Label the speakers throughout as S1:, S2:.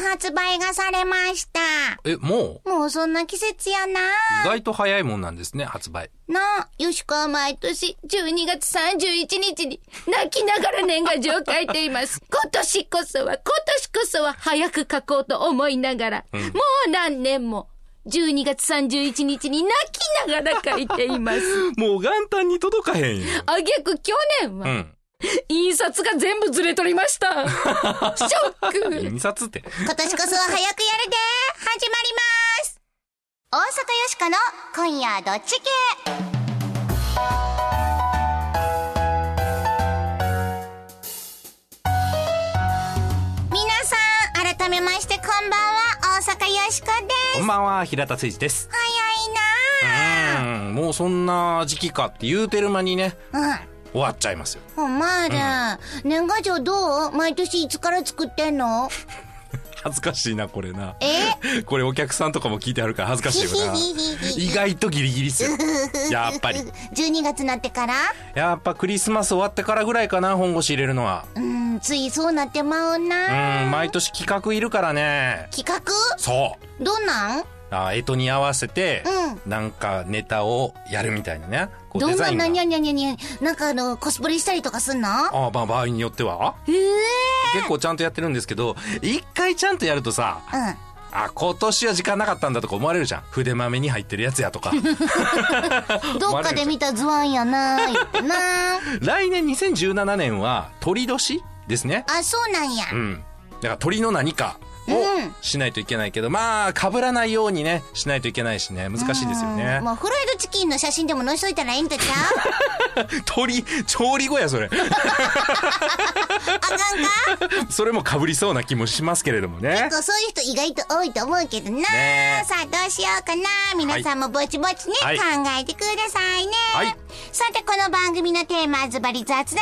S1: 発売がされました。
S2: え、もう
S1: もうそんな季節やな
S2: 意外と早いもんなんですね、発売。
S1: なあ、
S3: よしこは毎年12月31日に泣きながら年賀状を書いています。今年こそは、今年こそは早く書こうと思いながら、もう何年も12月31日に泣きながら書いています。
S2: もう元旦に届かへんよ。
S3: あげく去年
S2: う
S3: は
S2: ん。
S3: 印刷が全部ずれとりま した。ショック。
S2: 印刷って。
S1: 今年こそは早くやるで始まります大阪よしかの今夜どっち系皆さん改めましてこんばんは大阪よしこです
S2: こんばんは、平田誠二です。
S1: 早いな
S2: うん、もうそんな時期かって言うてる間にね、
S1: あ
S2: 終わっちゃいますよ。
S1: うんお前ら、年賀状どう毎年いつから作ってんの
S2: 恥ずかしいな、これな。
S1: え
S2: これお客さんとかも聞いてあるから恥ずかしいよな。意外とギリギリっすよ。やっぱり。
S1: 12月になってから
S2: やっぱクリスマス終わってからぐらいかな、本腰入れるのは。
S1: うん、ついそうなってまう
S2: う
S1: な。
S2: ん、毎年企画いるからね。
S1: 企画
S2: そう。
S1: どんなん
S2: あ干支に合わせて、なんかネタをやるみたいなね。こう
S1: ど
S2: デ
S1: ん
S2: ザ
S1: な
S2: インが
S1: なにゃにゃにゃにゃなんかあの、コスプレしたりとかすんの
S2: あまあ場合によっては
S1: ええ
S2: 結構ちゃんとやってるんですけど、一回ちゃんとやるとさ、
S1: うん。
S2: あ、今年は時間なかったんだとか思われるじゃん。筆豆に入ってるやつや とか。
S1: どっかで見たズワンやな言って な
S2: 来年2017年は鳥年ですね。
S1: あ、そうなんや。
S2: うん。だから鳥の何か
S1: うん
S2: をしないといけないけど、まあ、被らないようにね、しないといけないしね、難しいですよね
S1: うん。もうフライドチキンの写真でも載せといたらいいんとちゃ う
S2: 鳥、調理後や、それ。
S1: あかんか
S2: それも被りそうな気もしますけれどもね。
S1: こうそういう人意外と多いと思うけどな、
S2: ねえ
S1: さあどうしようかな皆さんもぼちぼちね、
S2: はい
S1: 考えてくださいね。
S2: はい
S1: さてこの番組のテーマはズバリ雑談力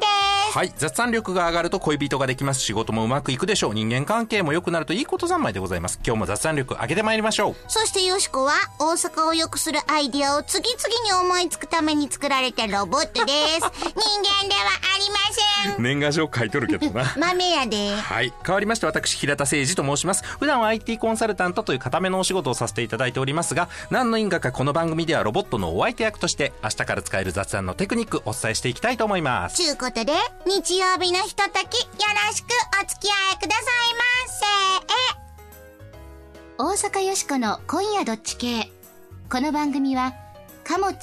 S1: です。
S2: はい。雑談力が上がると恋人ができます。仕事もうまくいくでしょう。人間関係も良くなるといいこと三昧でございます。今日も雑談力上げてまいりましょう。
S1: そしてよしこは大阪を良くするアイディアを次々に思いつくために作られたロボットです。人間ではありません。
S2: 年賀状書いとるけ どな。
S1: 豆やで。
S2: はい。変わりまして、私、平田誠二と申します。普段は IT コンサルタントという固めのお仕事をさせていただいておりますが、何の因果かこの番組ではロボットのお相手役として、明日から使える雑談のテクニックお伝えしていきたいと思います。
S1: ちゅうことで、日曜日のひととき、よろしくお付き合いくださいませ。大阪よしこの今夜どっち系。この番組は、貨物、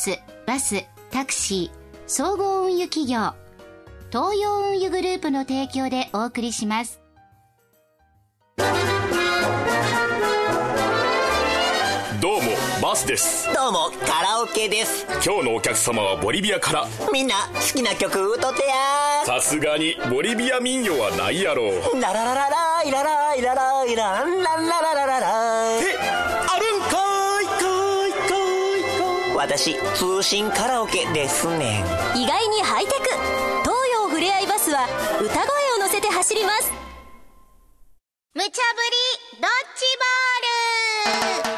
S1: バス、タクシー、総合運輸企業、東洋運輸グループの提供でお送りします。
S4: どうもバスです
S5: どうもカラオケです
S4: 今日のお客様はボリビアから
S5: みんな好きな曲歌ってや
S4: さすがにボリビア民謡はないやろ
S5: ーララララライラライラライラランランラララララえあるんかいかいかいかい私通信カラオケですねん
S6: 意外にハイテク東洋ふれあいバスは歌声を乗せて走ります
S1: 無茶ぶりドッジボール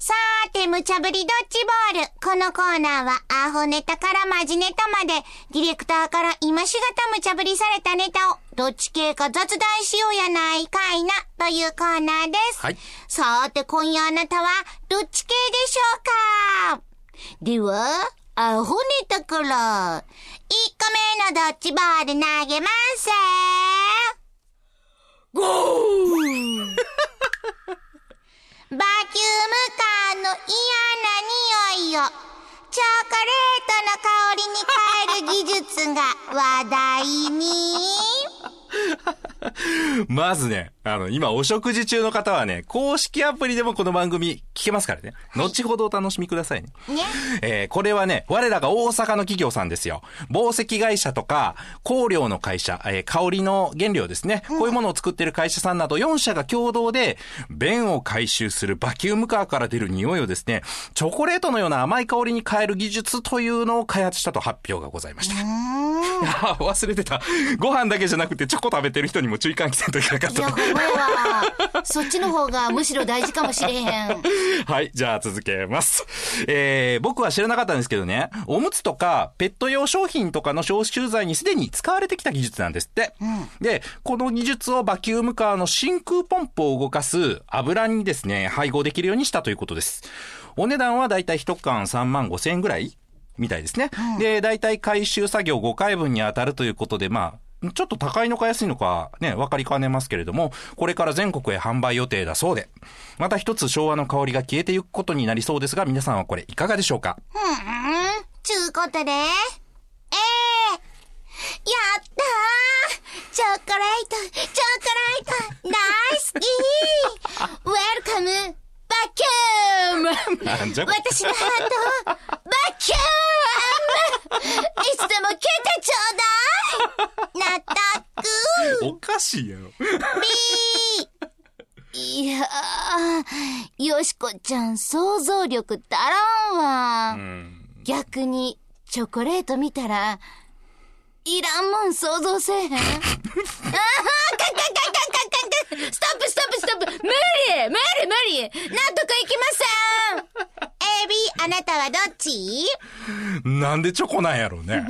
S1: さーて、無茶ぶりドッジボール。このコーナーは、アホネタからマジネタまで、ディレクターから今しがた無茶ぶりされたネタを、どっち系か雑談しようやないかいな、というコーナーです。
S2: はい
S1: さーて、今夜あなたは、どっち系でしょうかでは、アホネタから、1個目のドッジボール投げますバキュームカーの嫌な匂いをチョコレートの香りに変える技術が話題に。
S2: まずね、あの、今お食事中の方はね、公式アプリでもこの番組聞けますからね。後ほどお楽しみくださいね。
S1: ね。
S2: えーこれはね、我らが大阪の企業さんですよ。紡績会社とか、香料の会社、えー香りの原料ですね。こういうものを作ってる会社さんなど4社が共同で、便を回収するバキュームカーから出る匂いをですね、チョコレートのような甘い香りに変える技術という のを開発したと発表がございました。あー忘れてた。ご飯だけじゃなくてチョコ食べてる人にも注意喚起せんといけなかっ
S1: いや、
S2: た
S1: ほんまやわ。そっちの方がむしろ大事かもしれへん。
S2: はい、じゃあ続けます。えー、僕は知らなかったんですけどね、おむつとかペット用商品とかの消臭剤にすでに使われてきた技術なんですって。で、この技術をバキュームカーの真空ポンプを動かす油にですね、配合できるようにしたということです。お値段はだいたい1缶3万5千円ぐらいみたいですね。で、だいたい回収作業5回分に当たるということで、まあ、ちょっと高いのか安いのかね、わかりかねますけれども、これから全国へ販売予定だそうで、また一つ昭和の香りが消えていくことになりそうですが、皆さんはこれいかがでしょうか
S1: うん、ちゅうことで、ええやったーチョコレート、チョコレート、大好きウェルカム、バキューム
S2: なんじゃこれ
S1: 私のハート、バキュームいつでも消えてちょうだいなたく
S2: おかしいやろ。
S1: いやー、よしこちゃん想像力足らんわ。逆に、チョコレート見たら、いらんもん想像せえへん。あーかんかんかんかんかんかん
S3: ストップストップストップ無理無理無理なんとかいき
S1: ません !AB、あなたはどっち
S2: なんでチョコなんやろう ね。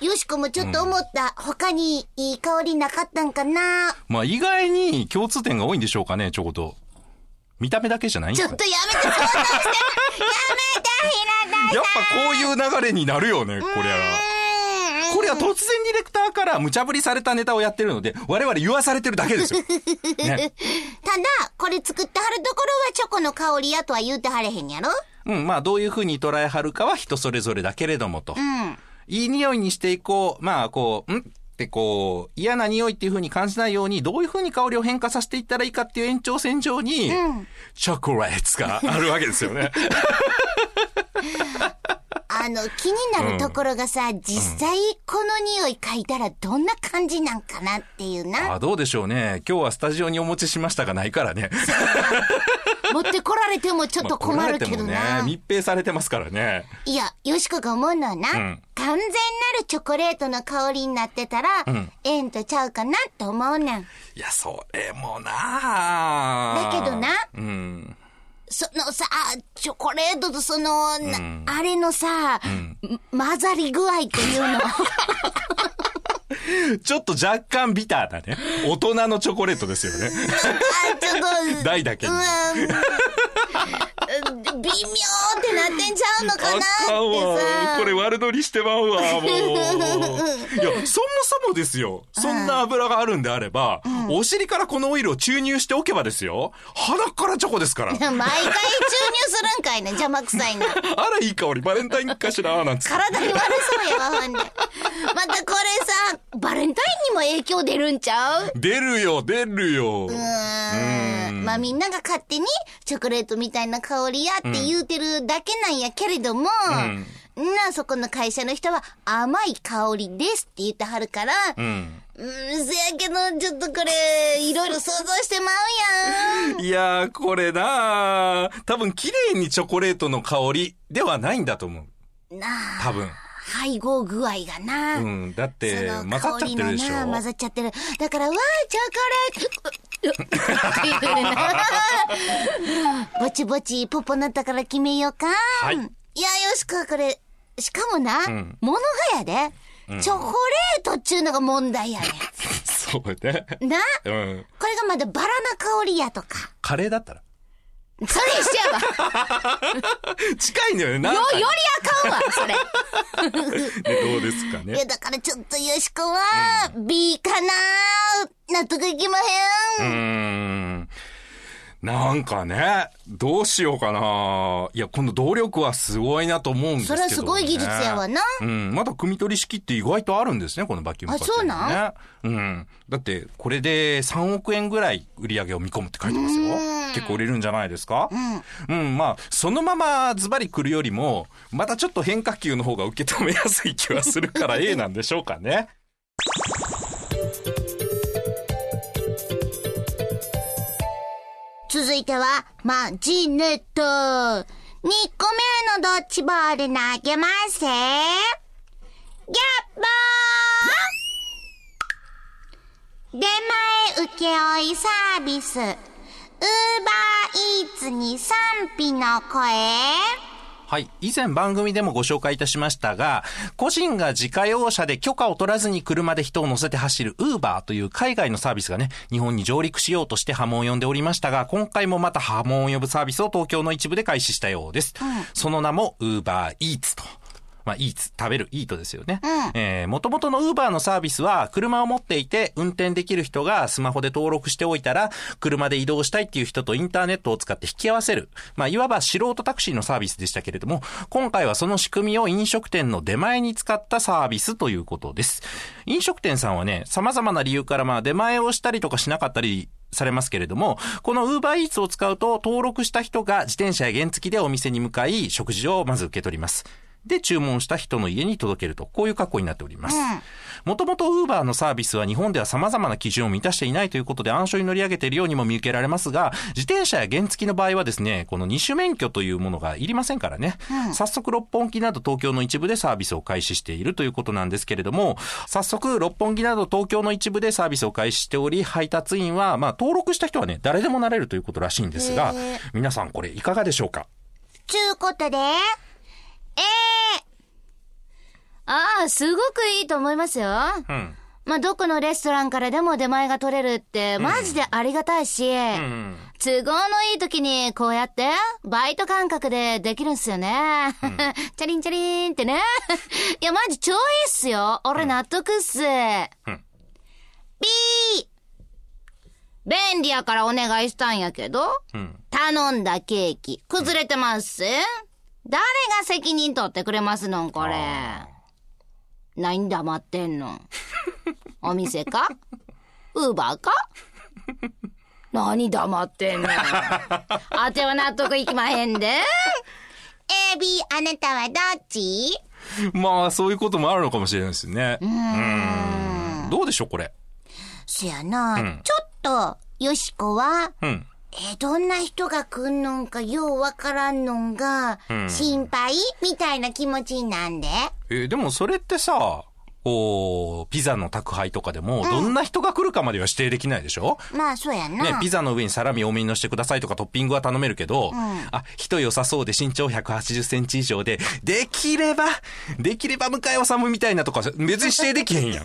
S1: よしこもちょっと思った。他にいい香りなかったんかな
S2: まあ意外に共通点が多いんでしょうかね、チョコと。見た目だけじゃないん
S1: ち
S2: や
S1: ょっ
S2: ね
S1: とやめて、想像してやめて、ひら
S2: やっぱこういう流れになるよね、これは。これは突然ディレクターから無茶ぶりされたネタをやってるので、我々言わされてるだけですよ。ね。
S1: ただ、これ作ってはるところはチョコの香りやとは言うてはれへんやろ
S2: うん、まあどういうふうに捉えはるかは人それぞれだけれどもと。
S1: うん。
S2: いい匂いにしていこう。まあこう、んってこう、嫌な匂いっていうふうに感じないように、どういうふうに香りを変化させていったらいいかっていう延長線上に、チョコレートがあるわけですよ ね。
S1: あの、気になるところがさ、実際この匂い嗅いだらどんな感じなんかなっていうな。
S2: あどうでしょうね。今日はスタジオにお持ちしましたがないからね。
S1: 持ってこられてもちょっと困るけど
S2: まあ来られて
S1: な。
S2: もね、密閉されてますからね。
S1: いや、よしこが思うのはな、
S2: ん
S1: 完全なるチョコレートの香りになってたら、ええんとちゃうかなって思うねん。
S2: いや、それもなあ
S1: だけどな
S2: うん。
S1: そのさ、チョコレートとその、なあれのさ、混ざり具合っていう の。
S2: ちょっと若干ビターだね。大人のチョコレートですよね。
S1: あ、ちょっと。
S2: 大だけに
S1: うーん。微妙ってなってんちゃうのかな
S2: あかん
S1: っ。
S2: わこれ
S1: てさ。
S2: 悪乗りしてまうわ、もう。いや、そもそもですよ。そんな油があるんであれば、お尻からこのオイルを注入しておけばですよ。鼻からチョコですから。あ
S1: 毎回注入するんかいな、邪魔くさいな。
S2: ら、いい香り、バレンタインかしら、なんつって。
S1: 体に悪そうやわ、ほんで。またこれさ、バレンタインにも影響出るんちゃう
S2: 出るよ、出るよ。
S1: うーん。まあみんなが勝手にチョコレートみたいな香りやって言うてるだけなんやけれども、なあそこの会社の人は甘い香りですって言ってはるから、
S2: うん。
S1: うん、せやけど、ちょっとこれ、いろいろ想像してまうやん。
S2: いやー、これなー多分、綺麗にチョコレートの香りではないんだと思う。
S1: なあ、
S2: 多分。
S1: 配合具合がな。
S2: うん。だっ
S1: そ
S2: て、混
S1: の
S2: ざっ
S1: 香
S2: ちゃっ
S1: り
S2: て
S1: の
S2: るでしょ。
S1: な、混ざっちゃってる。だから、わあ、チョコレート、って言うな。ぼちぼち、ポポなったから決めようか。
S2: はい
S1: いや、よしか、これ、しかもな、物がやで、チョコレートっちゅうのが問題やね
S2: そうね。
S1: ん。な、
S2: うん。
S1: これがまだバラの香りやとか。
S2: カレーだったら
S3: ませんそれ一緒やわ
S2: 近いんだよね。なん
S3: よ
S2: か、
S3: よりあかんわそれ
S2: ねどうですか
S1: いや、
S2: ね。
S1: だからちょっとよしこは、B かな納得いきまへ。
S2: うんーん。なんかね、どうしようかな。いや、この動力はすごいなと思うんですけ
S1: そ
S2: ど、
S1: れ
S2: ね。
S1: はすごい技術やわな。
S2: うん。まだ組み取り式って意外とあるんですね、このバキューム
S1: あ
S2: カーっていのはねうん。だって、これで3億円ぐらい売り上げを見込むって書いてますよ。結構売れるんじゃないですかうん。まあ、そのままズバリ来るよりも、またちょっと変化球の方が受け止めやすい気はするから A なんでしょうかね。
S1: 続いては、マジネット。2個目のドッジボール投げます。ギャッボー出前請負サービス、ウーバーイーツに賛否の声
S2: はい。以前番組でもご紹介いたしましたが、個人が自家用車で許可を取らずに車で人を乗せて走る Uber という海外のサービスがね、日本に上陸しようとして波紋を呼んでおりましたが、今回もまた波紋を呼ぶサービスを東京の一部で開始したようです。その名も Uber Eats と。まあ、イーツ、食べるイートですよね。えー、元々の Uber のサービスは、車を持っていて、運転できる人がスマホで登録しておいたら、車で移動したいっていう人とインターネットを使って引き合わせる。まあ、いわば素人タクシーのサービスでしたけれども、今回はその仕組みを飲食店の出前に使ったサービスということです。飲食店さんはね、様々な理由から、まあ、出前をしたりとかしなかったり、されますけれども、この Uber Eats を使うと、登録した人が自転車や原付でお店に向かい、食事をまず受け取ります。で、注文した人の家に届けると、こういう格好になっております。もともと Uber のサービスは日本では様々な基準を満たしていないということで暗証に乗り上げているようにも見受けられますが、自転車や原付の場合はですね、この二種免許というものがいりませんからね、早速六本木など東京の一部でサービスを開始しているということなんですけれども、早速六本木など東京の一部でサービスを開始しており、配達員は、まあ登録した人はね、誰でもなれるということらしいんですが、皆さんこれいかがでしょうか
S1: ちゅうことで、え
S3: ああ、すごくいいと思いますよ。
S2: うん。
S3: まあ、どこのレストランからでも出前が取れるって、マジでありがたいし、
S2: うん。
S3: 都合のいい時にこうやって、バイト感覚でできるんすよね。 チャリンチャリンってね。いや、マジ超いいっすよ。俺納得っす。
S1: ー、
S3: 便利やからお願いしたんやけど、
S2: ん
S3: 頼んだケーキ、崩れてます誰が責任取ってくれますのん、これ。何黙ってんの お店かウーバーか何黙ってんのあては納得いきまへんで。
S1: A、B、あなたはどっち
S2: まあ、そういうこともあるのかもしれないですね。うん。どうでしょう、これ。
S1: そやな、ちょっと、よしこは、
S2: うん。
S1: え、どんな人が来んのんかようわからんのんが、心配みたいな気持ちになんで。
S2: えーでもそれってさ、こう、ピザの宅配とかでも、どんな人が来るかまでは指定できないでしょ、
S1: まあ、そうやな。
S2: ね、ピザの上にサラミ多めに乗せてくださいとかトッピングは頼めるけど、あ、人良さそうで身長180センチ以上で、できれば、できれば向井治みたいなとか、別に指定できへんや ん。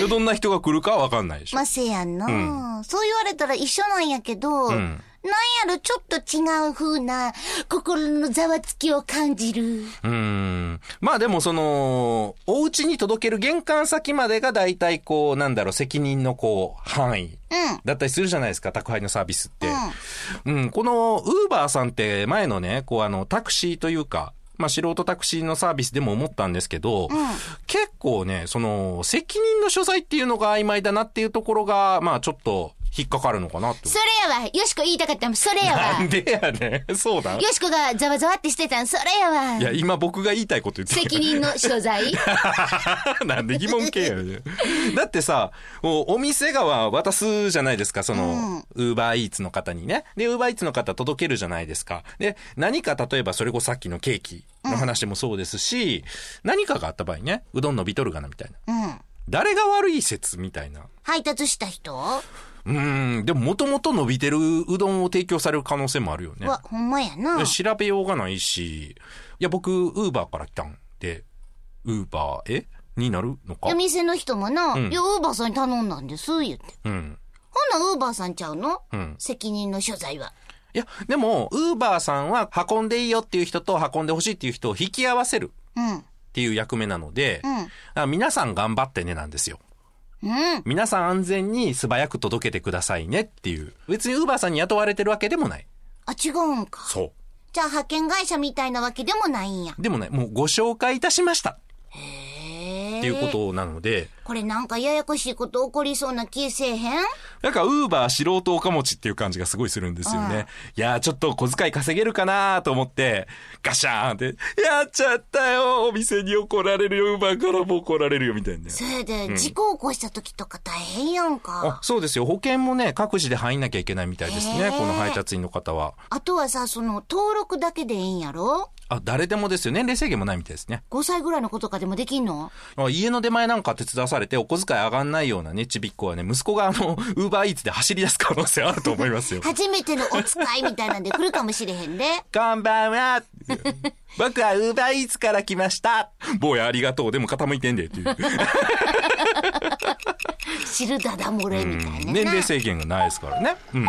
S2: でどんな人が来るかはわかんないでしょ
S1: まあ、せやな、そう言われたら一緒なんやけど、
S2: ん
S1: なんやろ、ちょっと違う風な、心のざわつきを感じる。
S2: うーんまあでもその、お家に届ける玄関先までが大体こう、なんだろう、責任のこう、範囲
S1: うん
S2: だったりするじゃないですか、宅配のサービスって。うん、この、ウーバーさんって前のね、こうあの、タクシーというか、まあ素人タクシーのサービスでも思ったんですけど、結構ね、その、責任の所在っていうのが曖昧だなっていうところが、まあちょっと引っかかるのかなって
S3: そ。れやわ。よしこ言いたかったもん。それやわ。
S2: な
S3: よ
S2: んでやねん。そうだ。
S3: しこがざわざわってしてたん。それやわ
S2: い。や、今僕が言いたいこと言ってるけど
S3: 責任の所在
S2: なんで疑問系やねだってさ、おお店側渡すじゃないですか、その、ウーバーイーツの方にね。で、ウーバーイーツの方届けるじゃないですか。で、何か例えばそれこそさっきのケーキの話もそうですし、何かがあった場合ね、うどんのビトルガナみたいな。誰が悪い説みたいな。
S1: 配達した人は、
S2: うーん、でももともと伸びてるうどんを提供される可能性もあるよね。
S1: ほんまやな。
S2: 調べようがないし、いや、僕、ウーバーから来たんで、ウーバー、えになるのか
S1: お店の人もな、
S2: ん
S1: いや、ウーバーさんに頼んだんです、言って。
S2: うん。
S1: ほんなウーバーさんちゃうの、
S2: ん
S1: 責任の所在は。
S2: いや、でも、ウーバーさんは運んでいいよっていう人と運んでほしいっていう人を引き合わせるっ
S1: うん。
S2: ていう役目なので、あ皆さん頑張ってねなんですよ。
S1: うん。
S2: 皆さん安全に素早く届けてくださいねっていう。別にウーバーさんに雇われてるわけでもない。
S1: あ、違うんか。
S2: そ
S1: じゃあ、派遣会社みたいなわけでもないんや。
S2: う。でもね、もうご紹介いたしました
S1: へえ。
S2: っていうことなので、
S1: これなんかややこしいこと起こりそうな気せえへん
S2: なんか、ウーバー素人おかもちっていう感じがすごいするんですよね。いやー、ちょっと小遣い稼げるかなーと思って、ガシャーン って、やっちゃったよお店に怒られるよウーバーからも怒られるよみたいな。
S1: それで、事故起こした時とか大変やん
S2: あ
S1: か。
S2: そうですよ。保険もね、各自で入んなきゃいけないみたいです
S1: へ
S2: ね。
S1: ー
S2: この配達員の方は。
S1: あとはさ、その、登録だけでいいんやろ
S2: あ、誰でもですよ。年齢制限もないみたいですね。
S1: ?5 歳ぐらいの子とかでもできんの。
S2: あ家の出前なんか手伝わさされてお小遣い上がんないようなね、ちびっ子はね、息子があの、ウーバーイーツで走り出す可能性あると思いますよ
S1: 初めてのお使いみたいなんで来るかもしれへんで。
S2: こんばんは 僕はウーバーイーツから来ました坊やありがとうでも傾いてんで っていう。
S1: 汁だだ漏れみたいなな。
S2: 年齢制限がないですからね。うん。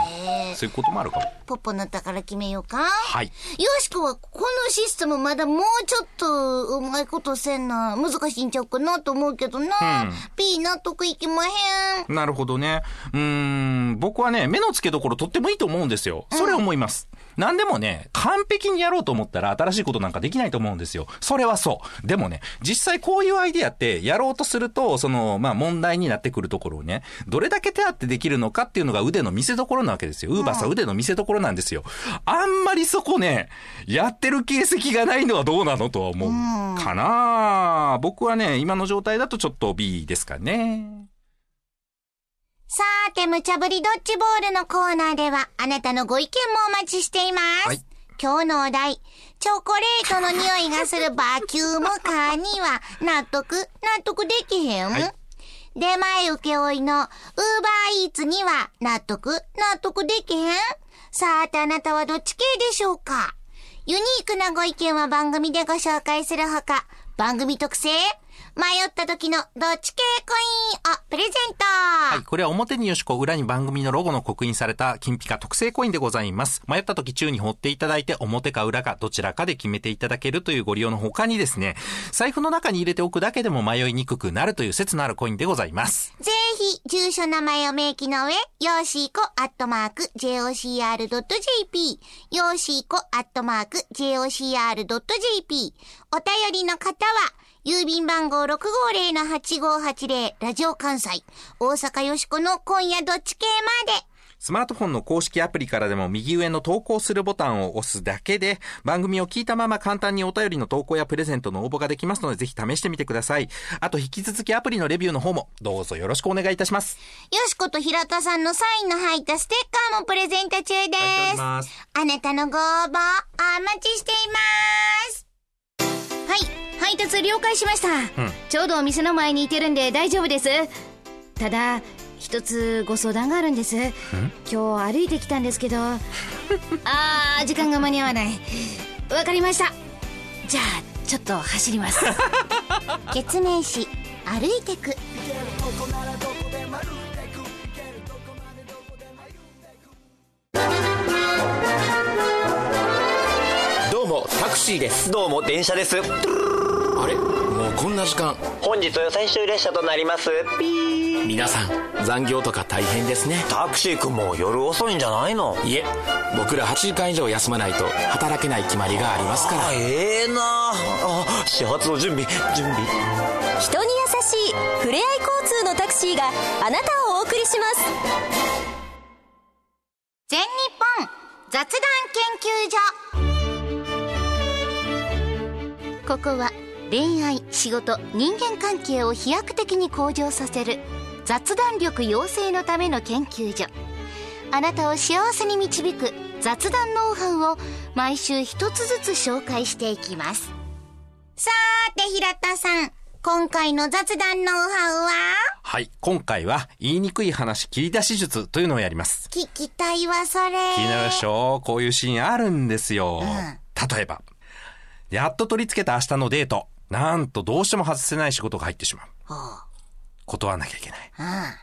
S2: そういうこともあるかも。
S1: ポッポの宝決めようか。
S2: はい
S1: よしこは、このシステムまだもうちょっと、うまいことせんな。難しいんちゃうかなと思うけどな。ピー納得いきまへん。
S2: なるほどね。うーん、僕はね、目の付けどころとってもいいと思うんですよ。それ思います。何でもね、完璧にやろうと思ったら新しいことなんかできないと思うんですよ。それはそう。でもね、実際こういうアイディアってやろうとすると、その、まあ問題になってくるところをね、どれだけ手当てできるのかっていうのが腕の見せ所なわけですよ。ウーバーさん腕の見せ所なんですよ。あんまりそこね、やってる形跡がないのはどうなのとは思うかな、僕はね、今の状態だとちょっと B ですかね。
S1: さーて、無茶ぶりドッジボールのコーナーでは、あなたのご意見もお待ちしています。
S2: はい
S1: 今日のお題、チョコレートの匂いがするバキュームカーには、納得、納得できへん、
S2: い
S1: 出前請負いのウーバーイーツには、納得、納得できへんさーて、あなたはどっち系でしょうかユニークなご意見は番組でご紹介するほか、番組特製、迷った時のどっち系コインをプレゼント、
S2: はい、これは表によしこ、裏に番組のロゴの刻印された金ピカ特製コインでございます。迷った時中に放っていただいて、表か裏かどちらかで決めていただけるというご利用の他にですね、財布の中に入れておくだけでも迷いにくくなるという説のあるコインでございます。
S1: ぜひ、住所名前を明記の上、よーしーこアットマーク、jocr.jp、よーしーこアットマーク、jocr.jp。お便りの方は、郵便番号650-8580、ラジオ関西、大阪よしこの今夜どっち系まで。
S2: スマートフォンの公式アプリからでも右上の投稿するボタンを押すだけで、番組を聞いたまま簡単にお便りの投稿やプレゼントの応募ができますので、ぜひ試してみてください。あと引き続きアプリのレビューの方も、どうぞよろしくお願いいたします。
S1: よしこと平田さんのサインの入ったステッカーもプレゼント中で
S2: いただ
S1: す。
S2: きます
S1: あなたのご応募、お待ちしています。
S3: はい配達了解しました、
S2: ん
S3: ちょうどお店の前にいてるんで大丈夫ですただ一つご相談があるんです今日歩いてきたんですけどあー時間が間に合わないわかりましたじゃあちょっと走ります
S1: 月面誌、歩いてく。
S4: どうもタクシーです
S5: どうも電車です
S4: あれもうこんな時間
S5: 本日最終列車となりますピー
S4: 皆さん残業とか大変ですね
S5: タクシー君も夜遅いんじゃないの
S4: いえ僕ら8時間以上休まないと働けない決まりがありますから
S5: あええなあ始発の準備準備
S6: 人に優しいふれあい交通のタクシーがあなたをお送りします
S1: 全日本雑談研究所ここは恋愛仕事人間関係を飛躍的に向上させる雑談力養成のための研究所あなたを幸せに導く雑談ノウハウを毎週一つずつ紹介していきますさーて平田さん今回の雑談ノウハウは
S2: はい。今回は、言いにくい話切り出し術というのをやります。
S1: 聞きたいわそれ
S2: 気になるでしょこういうシーンあるんです
S1: ん
S2: よ。例えば、やっと取り付けた明日のデート。なんとどうしても外せない仕事が入ってしまう。断らなきゃいけない。あ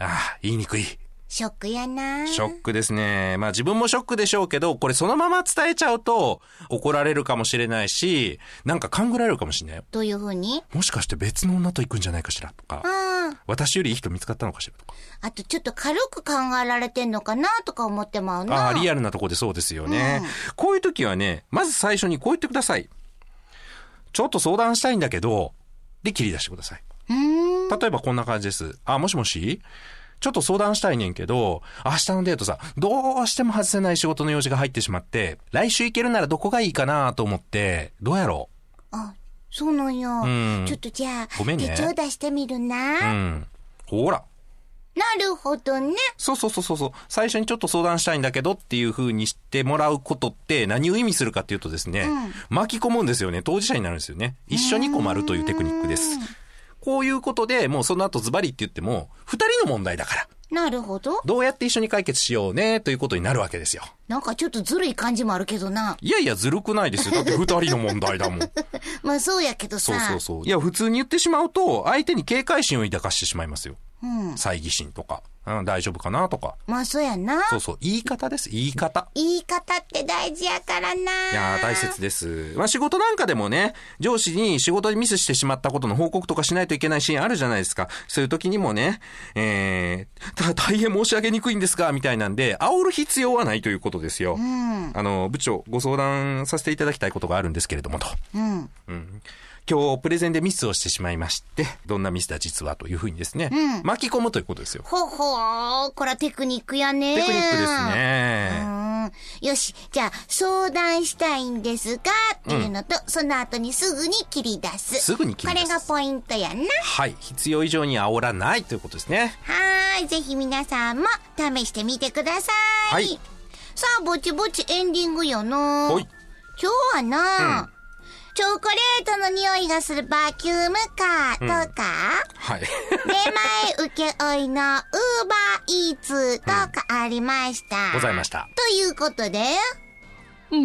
S2: あ、言いにくい。
S1: ショックやな
S2: ショックですね。まあ自分もショックでしょうけど、これそのまま伝えちゃうと怒られるかもしれないし、なんか勘ぐられるかもしれない。
S1: どういうふうに
S2: もしかして別の女と行くんじゃないかしらとか、
S1: うん。
S2: 私よりいい人見つかったのかしらとか。
S1: あとちょっと軽く考えられてんのかなとか思ってまうな。
S2: ああ、リアルなとこでそうですよね。こういう時はね、まず最初にこう言ってください。ちょっと相談したいんだけど、で切り出してください。例えばこんな感じです。あ、もしもしちょっと相談したいねんけど、明日のデートさ、どうしても外せない仕事の用事が入ってしまって、来週行けるならどこがいいかなと思って、どうやろ
S1: あ、そうなんや。
S2: ん
S1: ちょっとじゃあ、
S2: ごめんね
S1: 手帳出してみる
S2: うう
S1: な。
S2: ん。ほら。
S1: なるほどね。
S2: そうそうそうそうそう。最初にちょっと相談したいんだけどっていう風にしてもらうことって何を意味するかっていうとですね、巻き込むんですよね。当事者になるんですよね。一緒に困るというテクニックです。こういうことで、もうその後ズバリって言っても、二人の問題だから、
S1: なるほど。
S2: どうやって一緒に解決しようね、ということになるわけですよ。
S1: なんかちょっとずるい感じもあるけどな。
S2: いやいや、ずるくないですよ。だって二人の問題 だもん。
S1: まあそうやけどさ。
S2: そうそうそう。いや、普通に言ってしまうと、相手に警戒心を抱かしてしまいますよ。猜疑心とか、うん、大丈夫かなとか。
S1: まあそうやな。
S2: そうそう、言い方です、言い方。
S1: 言い方って大事やからな。い
S2: いやー、大切です。まあ、仕事なんかでもね、上司に仕事でミスしてしまったことの報告とかしないといけないシーンあるじゃないですか。そういう時にもね、えー、た大変申し上げにくいんですが、みたいなんで、煽る必要はないということですよ。あの、部長、ご相談させていただきたいことがあるんですけれども、と。
S1: うん。
S2: 今日、プレゼンでミスをしてしまいまして、どんなミスだ実はというふうにですね、巻き込むということですよ。
S1: ほほー、こらテクニックやね。
S2: テクニックです。ね。
S1: うん。よし、じゃあ、相談したいんですが、っていうのと、その後にすぐに切り出す。
S2: すぐに切り出す
S1: これがポイントやな。
S2: はい。必要以上に煽らないということですね。
S1: はーい、ぜひ皆さんも試してみてください。
S2: はい
S1: さあ、ぼちぼちエンディングよな。
S2: はい
S1: 今日はな、チョコレートの匂いがするバキュームカーとか、
S2: はい。
S1: 出前請負いのウーバーイーツとかありました。
S2: ございました。
S1: ということで、
S3: う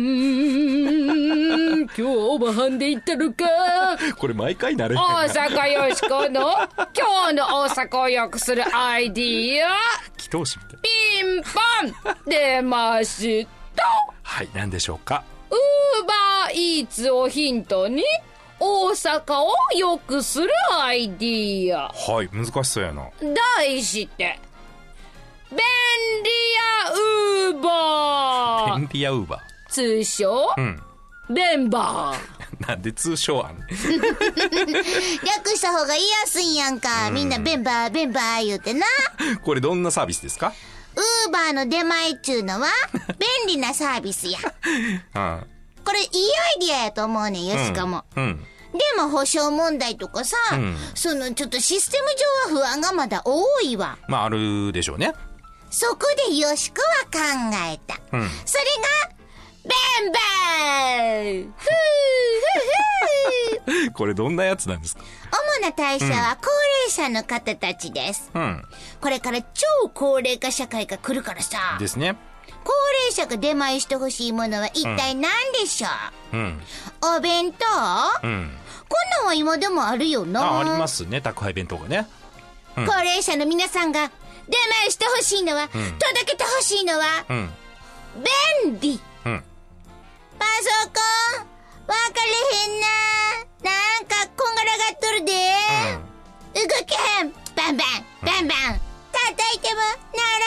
S3: ーん、今日オバハンで行ったのか。
S2: これ毎回なる
S3: 大阪よしこの今日の大阪を良くするアイディア、
S2: 祈祷師みたいな。
S3: ピンポン出ました。
S2: はい、何でしょうか
S3: ウーバーイーツをヒントに、大阪を良くするアイディア。
S2: はい、難しそうやな。
S3: 題して、便利屋ウーバー
S2: 便利屋ウーバ
S3: 通称、
S2: ん
S3: ベンバー。
S2: ー。 なんで通称案
S1: 略した方が言いやすいんやんか。みんなベンバー、ベンバー言うてな。
S2: これどんなサービスですか
S1: ウーバーの出前っちゅう のは、便利なサービスや。
S2: うん。
S1: これいいアイディアやと思うねんよしかも、
S2: うん。
S1: でも保証問題とかさ、
S2: ん
S1: そのちょっとシステム上は不安がまだ多いわ
S2: まあ、あるでしょうね。
S1: そこでよしこは考えた、
S2: うん
S1: それがベンベンふうふうふう
S2: これどんなやつなんですか
S1: 主な対象は高齢者の方たちです、
S2: うん。
S1: これから超高齢化社会が来るからさ
S2: ですね。
S1: 高齢者が出前してほしいものは一体何でしょ
S2: うん。
S1: う、お弁当、
S2: うん。
S1: こんなんは今でもあるよな
S2: あ、ありますね。宅配弁当がね。
S1: 高齢者の皆さんが出前してほしいのは、届けてほしいのは
S2: うん。
S1: 便利
S2: うん。
S1: パソコンわかれへんななんかこんがらがっとるで、動けへんバンバンバンバン叩いてもな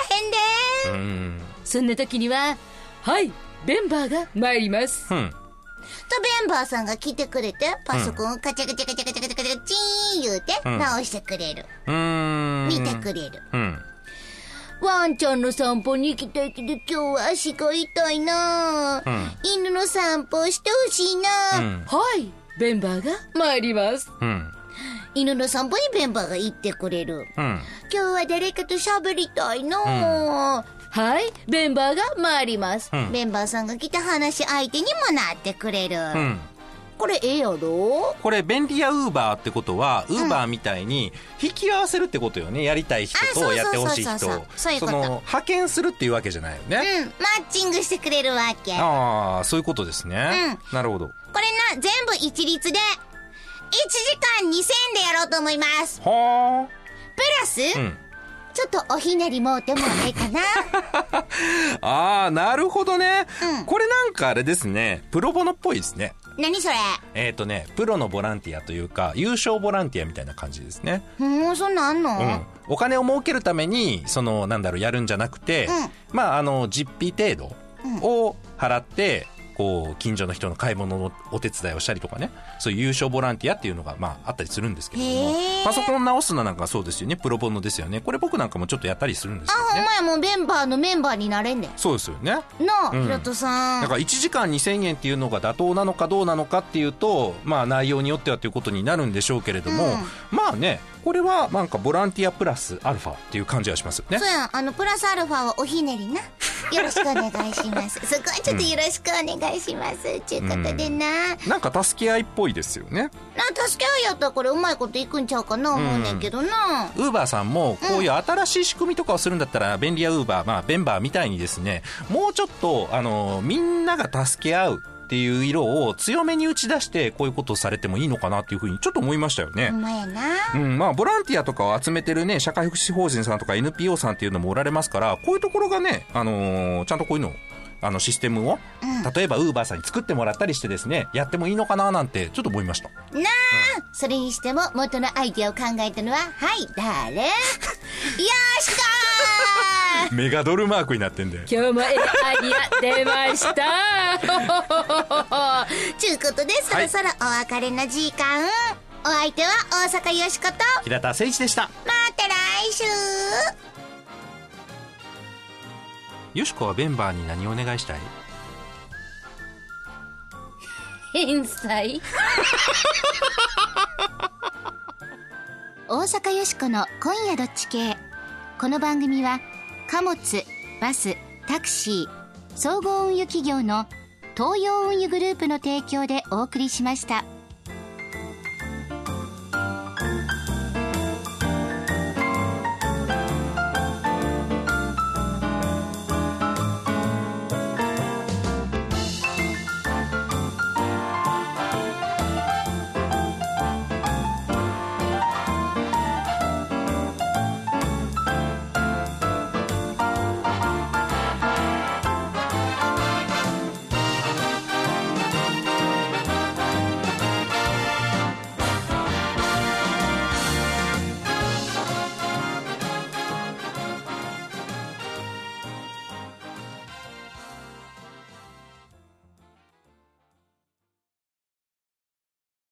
S1: らへんで、
S2: うん。
S3: そんな時には、はい、ベンバーが参ります。
S2: うん。
S1: とベンバーさんが来てくれてパソコンをカチャカチャカチャカチャカチャカチャチーン言うて、
S2: ん
S1: 直してくれる
S2: うーん。
S1: 見てくれる、
S2: うん。
S1: ワンちゃんの散歩に行きたいけど今日は足が痛いな、
S2: ん
S1: 犬の散歩をしてほしいな、
S2: うん。
S3: はい、ベンバーが参ります。
S2: うん。
S1: 犬の散歩にベンバーが行ってくれる
S2: うん。
S1: 今日は誰かと喋りたいな、
S3: はい、ベンバーが参ります。
S2: ん
S1: ベンバーさんが来た話し相手にもなってくれる、
S2: うん。
S1: これええやろ
S2: これ、便利屋ウーバーってことは、ウーバーみたいに引き合わせるってことよね。やりたい人
S1: あそうそうそうそう
S2: とやってほしい人
S1: そう
S2: を。
S1: そういう
S2: そ
S1: こと
S2: の、派遣するっていうわけじゃないよ
S1: うん
S2: ね。
S1: マッチングしてくれるわけこれな
S2: ああ、そういうことですね。なるほど。
S1: 全部一律で1時間2000円でやろうと思います
S2: は
S1: プラス、
S2: あ。うん。
S1: ちょっとおひねりもうてもええかな
S2: ああ、なるほどね、これなんかあれですね。プロボノっぽいですね。
S1: 何それ
S2: えっ、とね、プロのボランティアというか、優勝ボランティアみたいな感じですね。
S1: もうそんなんあんの、
S2: うん。お金を儲けるために、その、なんだろう、やるんじゃなくて、まあ、あの、実費程度を払って、こう、近所の人の買い物のお手伝いをしたりとかね、そういう優勝ボランティアっていうのが、まあ、あったりするんですけれども
S1: へー、
S2: パソコン直すのなんかそうですよね、プロボノですよね。これ僕なんかもちょっとやったりするんです
S1: あ、ほ
S2: けど
S1: ん
S2: ね。
S1: まや、もうメンバーのメンバーになれんで。な
S2: そうですよね。
S1: あ、ひろとさん。
S2: だから1時間2000円っていうのが妥当なのかどうなのかっていうと、まあ内容によってはということになるんでしょうけれども、まあね、これはなんかボランティアプラスアルファっていう感じがしますよね
S1: そう。やん、あの、プラスアルファはおひねりな。よろしくお願いし ます。そこはちょっとよろしくお願いします。ちゅうことでな。
S2: なんか助け合いっぽいですよね。
S1: な、助け合いやったらこれうまいこといくんちゃうかな思うねんけどな。
S2: ウーバーさんもこういう新しい仕組みとかをするんだったら便利屋ウーバー、まあ、ベンバーみたいにですねもうちょっとあのみんなが助け合うっていう色を強めに打ち出してこういうことをされてもいいのかなっていうふうにちょっと思いましたよね。
S1: ほんまやな。
S2: うん、まあ、ボランティアとかを集めてるね、社会福祉法人さんとか NPO さんっていうのもおられますから、こういうところがね、あのーちゃんとこういうのを、あの、システムを、例えば、ウーバーさんに作ってもらったりしてですね、やってもいいのかななんて、ちょっと思いま した。
S1: なあ、それにしても元のアイディアを考えたのは、はい、誰よーしかー
S2: メガドルマークになってんで。
S3: 今日もええアイデア出ました
S1: ちゅうことで、そろそろお別れの時間。お相手は大阪よしこと、
S2: 平田誠一でした。
S1: また来週
S2: よしこはベンバーに何お願いしたい
S3: 天才
S1: 大阪よしこの今夜どっち系この番組は貨物バスタクシー総合運輸企業の東洋運輸グループの提供でお送りしました。